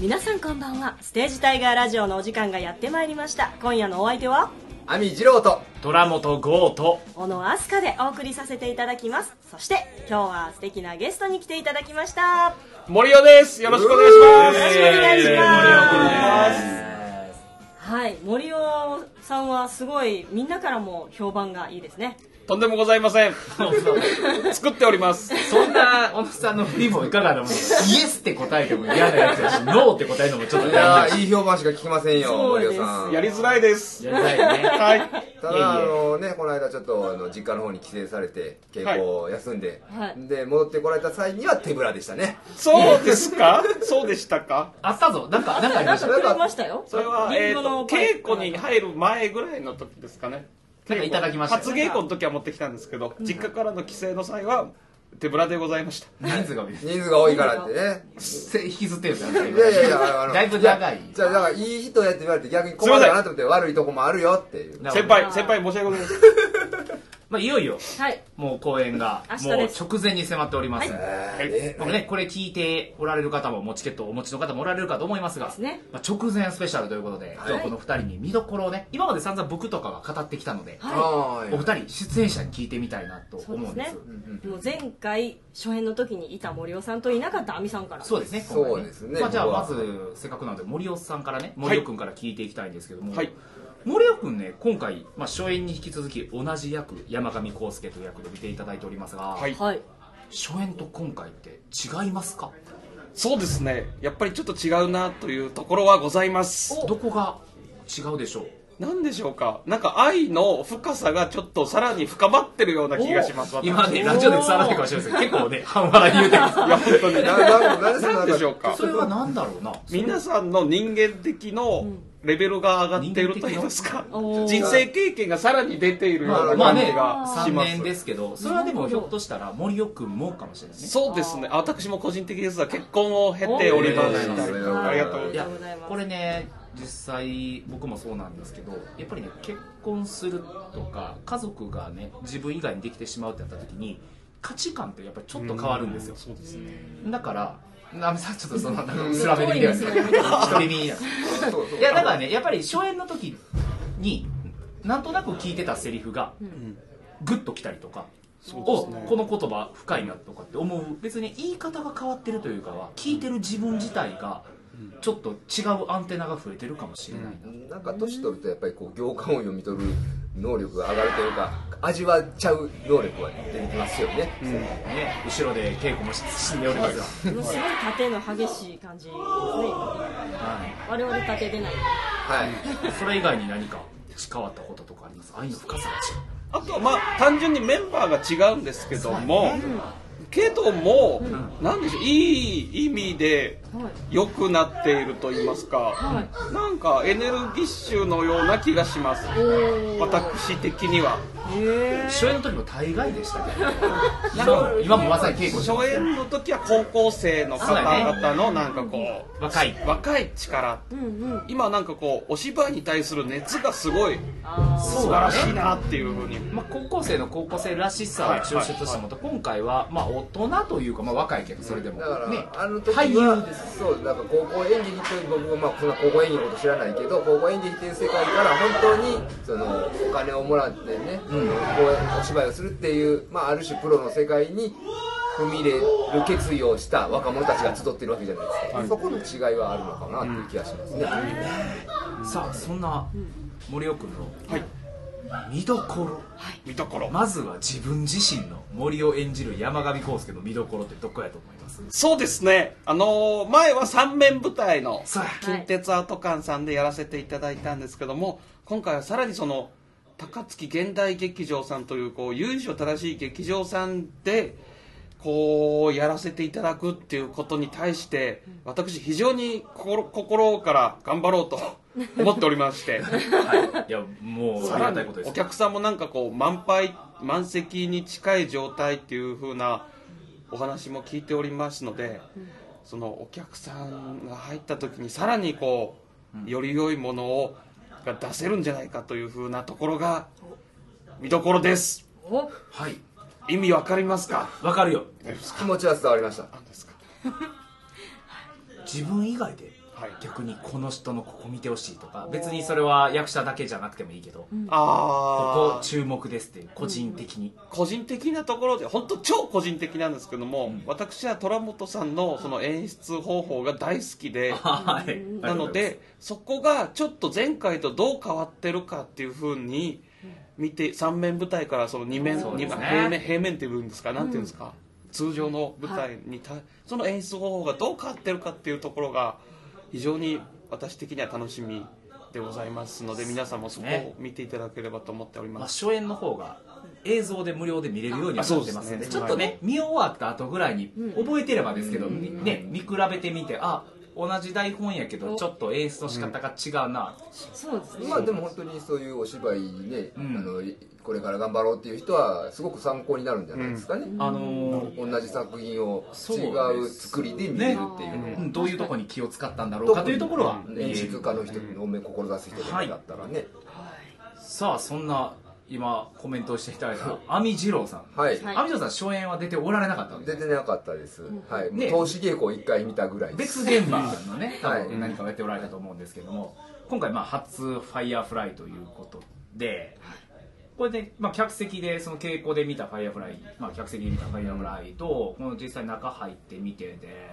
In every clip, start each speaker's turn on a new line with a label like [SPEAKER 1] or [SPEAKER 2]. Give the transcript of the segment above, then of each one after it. [SPEAKER 1] 皆さんこんばんはステージタイガーラジオのお時間がやってまいりました今夜のお相手は
[SPEAKER 2] 亜美二郎と
[SPEAKER 3] 虎本剛と
[SPEAKER 1] 小野飛鳥でお送りさせていただきますそして今日は素敵なゲストに来ていただきました
[SPEAKER 3] 森尾ですよろしくお願いします
[SPEAKER 1] よろしくお願いします
[SPEAKER 3] えー森尾君です
[SPEAKER 1] はい森尾さんはすごいみんなからも評判がいいですね
[SPEAKER 3] とんでもございません作っております
[SPEAKER 4] そんな小野さんの振りもいかがなものイエスって答えても嫌なやつだしノーって答えるのもちょっと
[SPEAKER 2] い
[SPEAKER 4] 嫌
[SPEAKER 2] や
[SPEAKER 4] だ
[SPEAKER 2] ーいい評判しか聞きませんよ
[SPEAKER 1] そう
[SPEAKER 2] 森
[SPEAKER 1] で
[SPEAKER 2] 尾
[SPEAKER 1] す
[SPEAKER 2] さん
[SPEAKER 3] やりづらいです
[SPEAKER 4] やりたいね
[SPEAKER 3] はい
[SPEAKER 2] た
[SPEAKER 4] いえいえ
[SPEAKER 2] だあのねこの間ちょっとあの実家の方に帰省されて稽古を休んで、
[SPEAKER 1] はい
[SPEAKER 2] で戻ってこられた際には手ぶらでしたね
[SPEAKER 3] そうですかそうでしたか
[SPEAKER 4] あったぞなんかなんかあり
[SPEAKER 1] な
[SPEAKER 4] ま
[SPEAKER 1] ん
[SPEAKER 4] した
[SPEAKER 1] かくれましたよ
[SPEAKER 3] それは、
[SPEAKER 1] リン
[SPEAKER 3] えー、
[SPEAKER 1] ゴ
[SPEAKER 3] と
[SPEAKER 1] のパイ
[SPEAKER 3] 稽古に入る前ぐらいの時ですかね
[SPEAKER 4] なんかいただきました
[SPEAKER 3] 初稽古の時は持ってきたんですけど実家からの帰省の際は手ぶらでございました
[SPEAKER 4] 人数が
[SPEAKER 2] 人数が多いからってね
[SPEAKER 4] 引きずってるから
[SPEAKER 2] いやいやいやあの
[SPEAKER 4] だいぶ長い
[SPEAKER 2] じゃあだからいい人やって言われて逆に困るかなと思って悪いとこもあるよっていう
[SPEAKER 4] なるほ
[SPEAKER 3] 先
[SPEAKER 4] ど
[SPEAKER 3] 輩先輩申し訳ございません
[SPEAKER 4] まあいよいよ
[SPEAKER 1] はい
[SPEAKER 4] もう公演が
[SPEAKER 1] 明日
[SPEAKER 4] もう
[SPEAKER 1] です
[SPEAKER 4] 直前に迫っております
[SPEAKER 1] は
[SPEAKER 2] え
[SPEAKER 4] 僕ねこれ聞いておられる方ももうチケットをお持ちの方もおられるかと思いますが
[SPEAKER 1] ですね
[SPEAKER 4] まあ直前スペシャルということで今日はこの2人に見どころをね今まで散々僕とかが語ってきたので
[SPEAKER 1] はい
[SPEAKER 2] は
[SPEAKER 4] お二人出演者に聞いてみたいなと思うんです
[SPEAKER 1] そうですもう前回初演の時にいた森尾さんといなかった亜美さんから
[SPEAKER 4] そうですね。
[SPEAKER 2] そうですね
[SPEAKER 4] まあ、じゃあ
[SPEAKER 2] 僕は
[SPEAKER 4] まずせっかくなので森尾さんからね、森尾くんから聞いていきたいんですけども、
[SPEAKER 3] はい
[SPEAKER 4] 森尾くんね今回まあ初演に引き続き同じ役山上康介という役で見ていただいておりますが、
[SPEAKER 3] はい
[SPEAKER 1] はい
[SPEAKER 4] 初演と今回って違いますか？
[SPEAKER 3] そうですねやっぱりちょっと違うなというところはございます
[SPEAKER 4] どこが違うでしょう？
[SPEAKER 3] なんでしょうかなんか愛の深さがちょっとさらに深まってるような気がします私
[SPEAKER 4] 今ねラジオで伝わらないかもしれないですけど結構ね半笑い言うてます。
[SPEAKER 3] いや本当に
[SPEAKER 2] いなななんでそんな
[SPEAKER 3] なんでしょう か
[SPEAKER 4] それはなんだろうな。
[SPEAKER 3] 皆さんの人間的のレベルが上がっていると言いますか
[SPEAKER 1] 人間的
[SPEAKER 3] 人
[SPEAKER 1] な
[SPEAKER 3] 生経験がさらに出ている
[SPEAKER 4] ま
[SPEAKER 3] よ
[SPEAKER 4] あ
[SPEAKER 3] うな
[SPEAKER 4] まあ
[SPEAKER 3] 感じ
[SPEAKER 4] ね
[SPEAKER 3] がし
[SPEAKER 4] 3
[SPEAKER 3] ま
[SPEAKER 4] 年
[SPEAKER 3] す
[SPEAKER 4] ですけどそれはでもひょっとしたら森尾くんもかもしれないね。
[SPEAKER 3] そうですねあ私も個人的ですが結婚を経ておりまし
[SPEAKER 2] おー
[SPEAKER 3] たありがとう
[SPEAKER 4] い
[SPEAKER 3] ござい
[SPEAKER 1] りが
[SPEAKER 4] や
[SPEAKER 3] ま
[SPEAKER 1] とうございます
[SPEAKER 4] これね実際僕もそうなんですけどやっぱりね結婚するとか家族がね自分以外にできてしまうってなった時に価値観ってやっぱりちょっと変わるんですよ
[SPEAKER 3] すそうですね
[SPEAKER 4] だからなめさんちょっとそのなんか薄らべりみたいな独り身や
[SPEAKER 2] そうそう
[SPEAKER 4] いやだからねやっぱり初演の時になんとなく聞いてたセリフがグッときたりとかおこの言葉深いなとかって思う別に言い方が変わってるというかは聞いてる自分自体がちょっと違うアンテナが増えてるかもしれない
[SPEAKER 2] な
[SPEAKER 4] な、
[SPEAKER 2] んか年取るとやっぱりこう行間を読み取る能力が上がるというか味わっちゃう能力は出てきますよね、
[SPEAKER 4] ね後ろで稽古もし進んでおりますが、
[SPEAKER 1] もうすごい縦の激しい感じですね
[SPEAKER 4] は
[SPEAKER 1] 我々縦出ない
[SPEAKER 2] はい
[SPEAKER 4] い、それ以外に何か変わったこととかあります愛の深さが違
[SPEAKER 3] あとはまあ単純にメンバーが違うんですけどもけどもなんでしょういい意味で
[SPEAKER 1] はい
[SPEAKER 3] 良くなっていると言いますか
[SPEAKER 1] は
[SPEAKER 3] なんかエネルギッシュのような気がします
[SPEAKER 1] おー
[SPEAKER 3] 私的には
[SPEAKER 4] う初演の時も大概でしたけど 今も今もまさに稽古してます
[SPEAKER 3] 初演の時は高校生の方々のなんかこう
[SPEAKER 4] 若い
[SPEAKER 3] 若い力
[SPEAKER 1] うんうん
[SPEAKER 3] 今なんかこうお芝居に対する熱がすごい
[SPEAKER 1] あー
[SPEAKER 3] 素晴らしいなっていうふうに
[SPEAKER 4] まあ、高校生の高校生らしさを抽出したもと、今回は、まあ、大人というか、まあ、若いけど、それでも、
[SPEAKER 2] だから、
[SPEAKER 4] ね、
[SPEAKER 2] あの時
[SPEAKER 4] 俳優
[SPEAKER 2] は
[SPEAKER 4] です。
[SPEAKER 2] そうなんか高校演劇という僕もまあそんな高校演劇のこと知らないけど高校演劇っていう世界から本当にそのお金をもらってね、こうお芝居をするっていう、まあ、ある種プロの世界に踏み入れる決意をした若者たちが集ってるわけじゃないですか、そこの違いはあるのかなっていう気がしますね、
[SPEAKER 4] さあ、そんな森尾君の
[SPEAKER 3] はい
[SPEAKER 4] 見どころ、
[SPEAKER 3] 見どころ
[SPEAKER 4] まずは自分自身の森を演じる山上康介の見どころってどこやと思います
[SPEAKER 3] そうですねあのー前は三面舞台の
[SPEAKER 4] そうや
[SPEAKER 3] 近鉄アート館さんでやらせていただいたんですけども今回はさらにその高槻現代劇場さんというこう由緒正しい劇場さんでこうやらせていただくっていうことに対して私非常に心心から頑張ろうと思っておりまして。
[SPEAKER 4] はい、いや、もう、あ
[SPEAKER 3] さ
[SPEAKER 4] りが
[SPEAKER 3] らに
[SPEAKER 4] たいことです
[SPEAKER 3] お。客さんもなんかこう満杯満席に近い状態っていう風なお話も聞いておりますので、そのお客さんが入った時にさらにこうより良いものをが出せるんじゃないかという風なところが見どころです
[SPEAKER 1] お
[SPEAKER 4] はい、
[SPEAKER 3] 意味わかりますか
[SPEAKER 4] わかるよ。
[SPEAKER 2] 気持ちは伝わりました
[SPEAKER 3] 何ですか
[SPEAKER 4] 自分以外で
[SPEAKER 3] はい
[SPEAKER 4] 逆にこの人のここ見てほしいとか別にそれは役者だけじゃなくてもいいけど、こ
[SPEAKER 3] あ
[SPEAKER 4] こ
[SPEAKER 3] あ
[SPEAKER 4] 注目ですっていう個人的に、
[SPEAKER 3] 個人的なところで本当超個人的なんですけども、私は虎本さんのその演出方法が大好き で
[SPEAKER 4] はい
[SPEAKER 3] なのでそこがちょっと前回とどう変わってるかっていうふうに見て3面舞台からその2面
[SPEAKER 4] そうですね
[SPEAKER 3] 二面平面平面っていうんですかなんていうんですか、通常の舞台にた、その演出方法がどう変わってるかっていうところが非常に私的には楽しみでございますので皆さんもそこを見ていただければと思っており
[SPEAKER 4] まあ、
[SPEAKER 3] ます。
[SPEAKER 4] 初演の方が映像で無料で見れるようにはなってますんで
[SPEAKER 3] あそうですね
[SPEAKER 4] ちょっとね、見終わった後ぐらいに覚えてればですけど、ね、見比べてみてあ同じ台本やけどちょっと演出の仕方が違うな、
[SPEAKER 1] そうですね
[SPEAKER 2] まあでも本当にそういうお芝居にね、
[SPEAKER 4] うん
[SPEAKER 2] あのこれから頑張ろうっていう人はすごく参考になるんじゃないですかね、
[SPEAKER 4] あのー
[SPEAKER 2] 同じ作品を
[SPEAKER 4] そうですね
[SPEAKER 2] 違う作りで見れるっていうのは、
[SPEAKER 4] うんどういうところに気を使ったんだろうかというところは
[SPEAKER 2] 演出家の人の目志す人とかだったらね、
[SPEAKER 4] さあそんな今コメントをしていただいた亜美二郎さん
[SPEAKER 2] はい
[SPEAKER 1] はい
[SPEAKER 4] 亜美二郎さん初演は出ておられなかったわけ
[SPEAKER 2] 出てなかったです、はい、
[SPEAKER 4] ね
[SPEAKER 2] 投資稽古を1回見たぐらいです
[SPEAKER 4] 別現場のね 多
[SPEAKER 2] はい
[SPEAKER 4] 分何かをやっておられたと思うんですけども今回まあ初「ファイヤーフライということでこれで、まあ、客席でその稽古で見た「ファイヤーフライまあ、客席で見た「ファイヤーフライとこの実際中入って見てで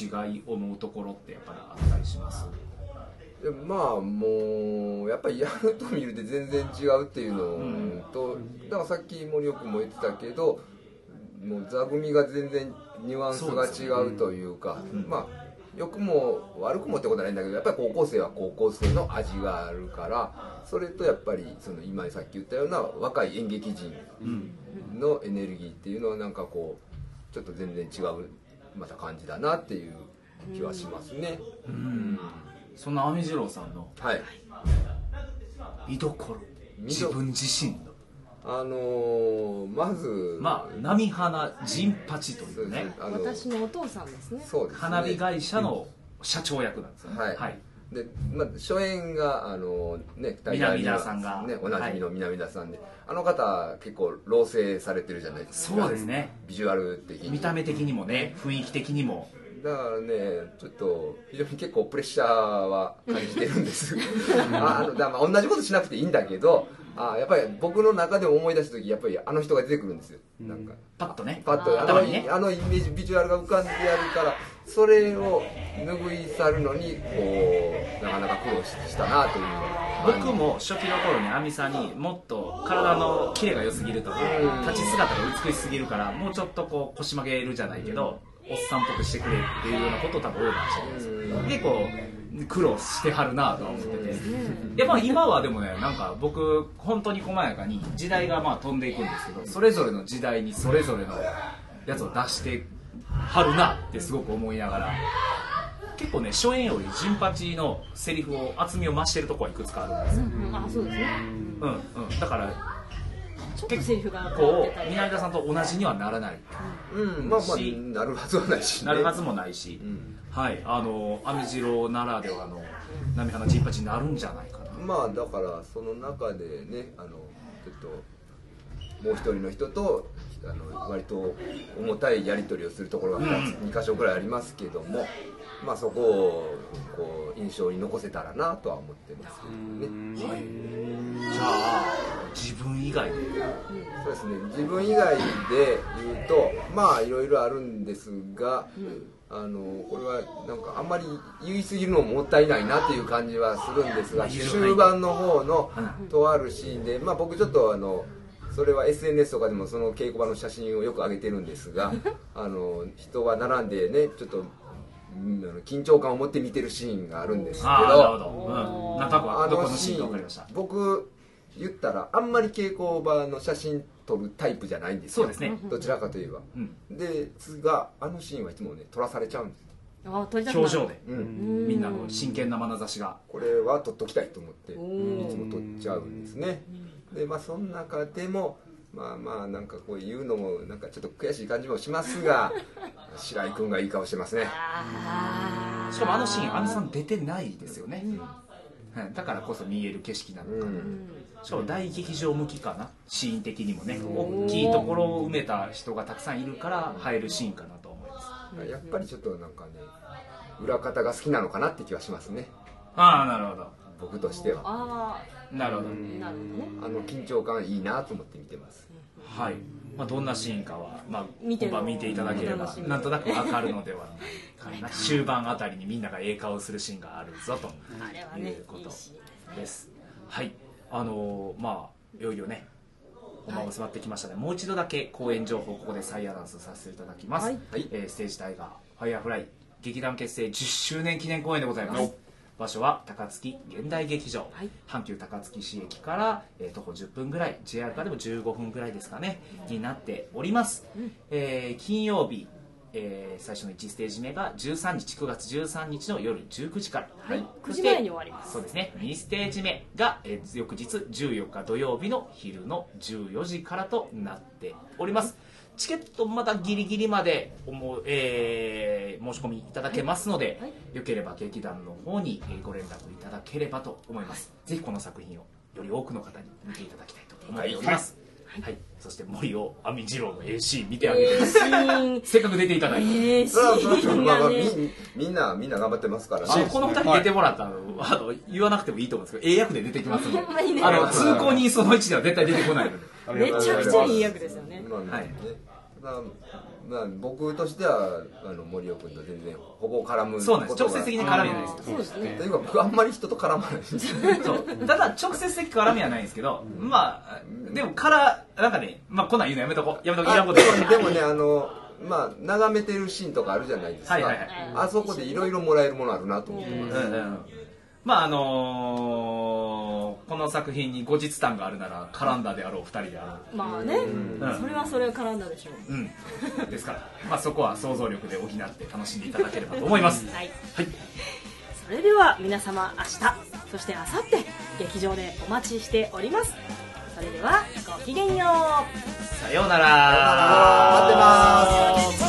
[SPEAKER 4] 違い思うところってやっぱりあったりします
[SPEAKER 2] でもまあもうやっぱりやると見るで全然違うっていうのと、だからさっき森尾君も言ってたけどもう座組が全然ニュアンスが違うというかまあ良くも悪くもってことはないんだけどやっぱり高校生は高校生の味があるからそれとやっぱりその今さっき言ったような若い演劇人のエネルギーっていうのはなんかこうちょっと全然違うまた感じだなっていう気はしますね。うん
[SPEAKER 4] そんな亜美二郎さんの
[SPEAKER 2] はい
[SPEAKER 4] 見どころ
[SPEAKER 2] 見ど
[SPEAKER 4] 自分自身の
[SPEAKER 2] あのー、まず、
[SPEAKER 4] まあ波花陣八とい
[SPEAKER 2] そう
[SPEAKER 4] う
[SPEAKER 2] です
[SPEAKER 4] ね
[SPEAKER 2] ね、あの
[SPEAKER 1] 私のお父さんですね
[SPEAKER 2] そうですね
[SPEAKER 4] 花火会社の社長役なんですよね
[SPEAKER 2] はい、で、まあ、初演があのね
[SPEAKER 4] 南田さんが
[SPEAKER 2] ねおなじみの南田さんで、あの方結構老成されてるじゃないですか
[SPEAKER 4] そうですね
[SPEAKER 2] ビジュアル的に
[SPEAKER 4] 見た目的にもね雰囲気的にも
[SPEAKER 2] だからねちょっと非常に結構プレッシャーは感じてるんです ああのだからまあ同じことしなくていいんだけどあやっぱり僕の中でも思い出した時やっぱりあの人が出てくるんですよなんか
[SPEAKER 4] パッとね
[SPEAKER 2] パッとあの
[SPEAKER 4] 頭にね
[SPEAKER 2] あのイメージビジュアルが浮かんでやるからそれを拭い去るのにこうなかなか苦労ししたなという
[SPEAKER 4] 僕も初期の頃に亜美さんにもっと体のキレが良すぎるとか
[SPEAKER 2] うん
[SPEAKER 4] 立ち姿が美しすぎるからもうちょっとこう腰曲げるじゃないけどおっさんっぽくしてくれっていうようなことを多分オーダーしてるんですよでこう苦労してはるなとは思っててで、まあ、今はでもねなんか僕本当に細やかに時代がまあ飛んでいくんですけどそれぞれの時代にそれぞれのやつを出してはるなってすごく思いながら結構ね初演より陣八のセリフを厚みを増してるとこはいくつかあるんですよ、
[SPEAKER 1] うんあそうですね
[SPEAKER 4] うんうん、だから
[SPEAKER 1] ちょっとセリフが変わっ
[SPEAKER 4] こ
[SPEAKER 1] てた
[SPEAKER 4] う
[SPEAKER 1] り
[SPEAKER 4] 南田さんと同じにはならない
[SPEAKER 2] うんまあまあ
[SPEAKER 4] し
[SPEAKER 2] なるはずはないし、ね、
[SPEAKER 4] なるはずもないし、
[SPEAKER 2] ん
[SPEAKER 4] はいあのアメジロならではの波花陣八になるんじゃないかな
[SPEAKER 2] まあだからその中でねあのちょっともう一人の人とあの割と重たいやり取りをするところが 2, 2箇所ぐらいありますけども、まあ、そこをこう印象に残せたらなとは思ってますけどね。
[SPEAKER 4] はい、じゃあ自分以外で
[SPEAKER 2] そうですね自分以外で言うとまあいろいろあるんですが、あのこれはなんかあんまり言い過ぎるのももったいないなという感じはするんですが
[SPEAKER 4] いろいろ
[SPEAKER 2] 終盤の方のとあるシーンで、まあ、僕ちょっとあのそれは SNS とかでもその稽古場の写真をよく上げてるんです があの人が並んでねちょっと、うんあの緊張感を持って見てるシーンがあるんですけ
[SPEAKER 4] ああなるほど、うん、中子
[SPEAKER 2] あ
[SPEAKER 4] はどこ
[SPEAKER 2] の
[SPEAKER 4] の
[SPEAKER 2] シ
[SPEAKER 4] シーンか
[SPEAKER 2] ー
[SPEAKER 4] 分かり
[SPEAKER 2] ン
[SPEAKER 4] ました
[SPEAKER 2] 僕言ったらあんまり稽古場の写真撮るタイプじゃないんですよ
[SPEAKER 4] そうですね
[SPEAKER 2] どちらかといえば、
[SPEAKER 4] うん
[SPEAKER 2] ですがあのシーンはいつもね撮らされちゃうんです、
[SPEAKER 1] あ撮りたくなる
[SPEAKER 4] 表情で
[SPEAKER 2] うん
[SPEAKER 1] うん
[SPEAKER 4] みんなの真剣な眼差しが
[SPEAKER 2] これは撮っときたいと思っていつ
[SPEAKER 1] ー
[SPEAKER 2] も撮っちゃうんですねでまあその中でもまあまあなんかこう言うのもなんかちょっと悔しい感じもしますが白井君がいい顔してますね
[SPEAKER 1] あー
[SPEAKER 4] しかもあのシーン、あのさん出てないですよね、はいだからこそ見える景色なのかな、しかも大劇場向きかな、シーン的にもね、大きいところを埋めた人がたくさんいるから、入るシーンかなと思います。
[SPEAKER 2] やっぱりちょっとなんかね裏方が好きなのかなって気はしますね
[SPEAKER 4] ああなるほど
[SPEAKER 2] 僕としては
[SPEAKER 1] あ
[SPEAKER 4] なるほど
[SPEAKER 1] あなるほどね
[SPEAKER 2] あの緊張感いいなと思って見てます
[SPEAKER 4] はい、まあ、どんなシーンかは、まあ、
[SPEAKER 1] 見て
[SPEAKER 4] 今晩見ていただけれ
[SPEAKER 1] お
[SPEAKER 4] ば
[SPEAKER 1] 楽しみ
[SPEAKER 4] なんとなくわかるのではないかな終盤あたりにみんながええ顔するシーンがあるぞと
[SPEAKER 1] あれはね
[SPEAKER 4] い
[SPEAKER 1] いう
[SPEAKER 4] こ
[SPEAKER 1] い
[SPEAKER 4] と
[SPEAKER 1] シーンですね
[SPEAKER 4] ですはいあのーまあいよいよね本番も迫ってきましたね、もう一度だけ公演情報ここで再アナウンスさせていただきます、
[SPEAKER 1] はい
[SPEAKER 2] はい
[SPEAKER 4] えーステージ大河ファイアーフライ劇団結成10周年記念公演でございます場所は高槻現代劇場、
[SPEAKER 1] はい
[SPEAKER 4] 阪急高槻市駅から、えー徒歩10分ぐらい JR からでも15分ぐらいですかねになっております、えー金曜日、えー最初の1ステージ目が13日9月13日の夜19時から、
[SPEAKER 1] はい
[SPEAKER 4] そ
[SPEAKER 1] 9時
[SPEAKER 4] して
[SPEAKER 1] 前に終わります
[SPEAKER 4] そうですね2ステージ目が、えー翌日14日土曜日の昼の14時からとなっておりますチケットまだギリギリまでおも、えー申し込みいただけますので、
[SPEAKER 1] はい
[SPEAKER 4] よければ劇団の方にえーご連絡いただければと思います、ぜひこの作品をより多くの方に見ていただきたいと思っております、はいそして森尾亜美二郎の AC 見てあげてください、
[SPEAKER 1] ええ
[SPEAKER 4] せっかく出ていただいて、
[SPEAKER 1] ええシー ン
[SPEAKER 2] まあま
[SPEAKER 1] が
[SPEAKER 2] あ
[SPEAKER 1] ね
[SPEAKER 2] みみんなみんな頑張ってますから
[SPEAKER 4] あ
[SPEAKER 3] そう
[SPEAKER 4] の
[SPEAKER 3] です
[SPEAKER 4] この2
[SPEAKER 3] ね
[SPEAKER 4] 人出てもらったの、あの言わなくてもいいと思うんですけど、英訳で出てきますので、
[SPEAKER 1] ほんまにね
[SPEAKER 4] あの通行人その位置では絶対出てこないので、
[SPEAKER 3] あり
[SPEAKER 1] め
[SPEAKER 3] がとうございます
[SPEAKER 1] ちゃくちゃいい役ですよね
[SPEAKER 2] まあね
[SPEAKER 4] はい
[SPEAKER 2] まあまあ僕としてはあの森尾君と全然ほぼ絡む
[SPEAKER 4] そうなんです、
[SPEAKER 2] こと
[SPEAKER 4] 直
[SPEAKER 2] が
[SPEAKER 4] 接的に絡みはないです。
[SPEAKER 1] そうですね
[SPEAKER 2] というか僕あんまり人と絡まないです
[SPEAKER 4] そうただ直接的絡みはないんですけど、まあでもからなんかね、まあ、こんなん言うのやめとこうやめとこういら
[SPEAKER 2] あ
[SPEAKER 4] んこと
[SPEAKER 2] で
[SPEAKER 4] 言
[SPEAKER 2] も でも
[SPEAKER 4] う
[SPEAKER 2] ねあのまあ眺めてるシーンとかあるじゃないですか、
[SPEAKER 4] はいはいはい
[SPEAKER 2] あそこでいろいろもらえるものあるなと思ってます、
[SPEAKER 4] うんうんまああのーこの作品に後日談があるなら絡んだであろう二人であ
[SPEAKER 1] まあね
[SPEAKER 4] ん
[SPEAKER 1] それはそれを絡んだでしょう
[SPEAKER 4] ろう、うん、ですから、まあ、そこは想像力で補って楽しんでいただければと思います
[SPEAKER 1] はい
[SPEAKER 4] はい
[SPEAKER 1] それでは皆様明日そして明後日劇場でお待ちしておりますそれではごきげんよう
[SPEAKER 4] さようなら
[SPEAKER 2] 待ってます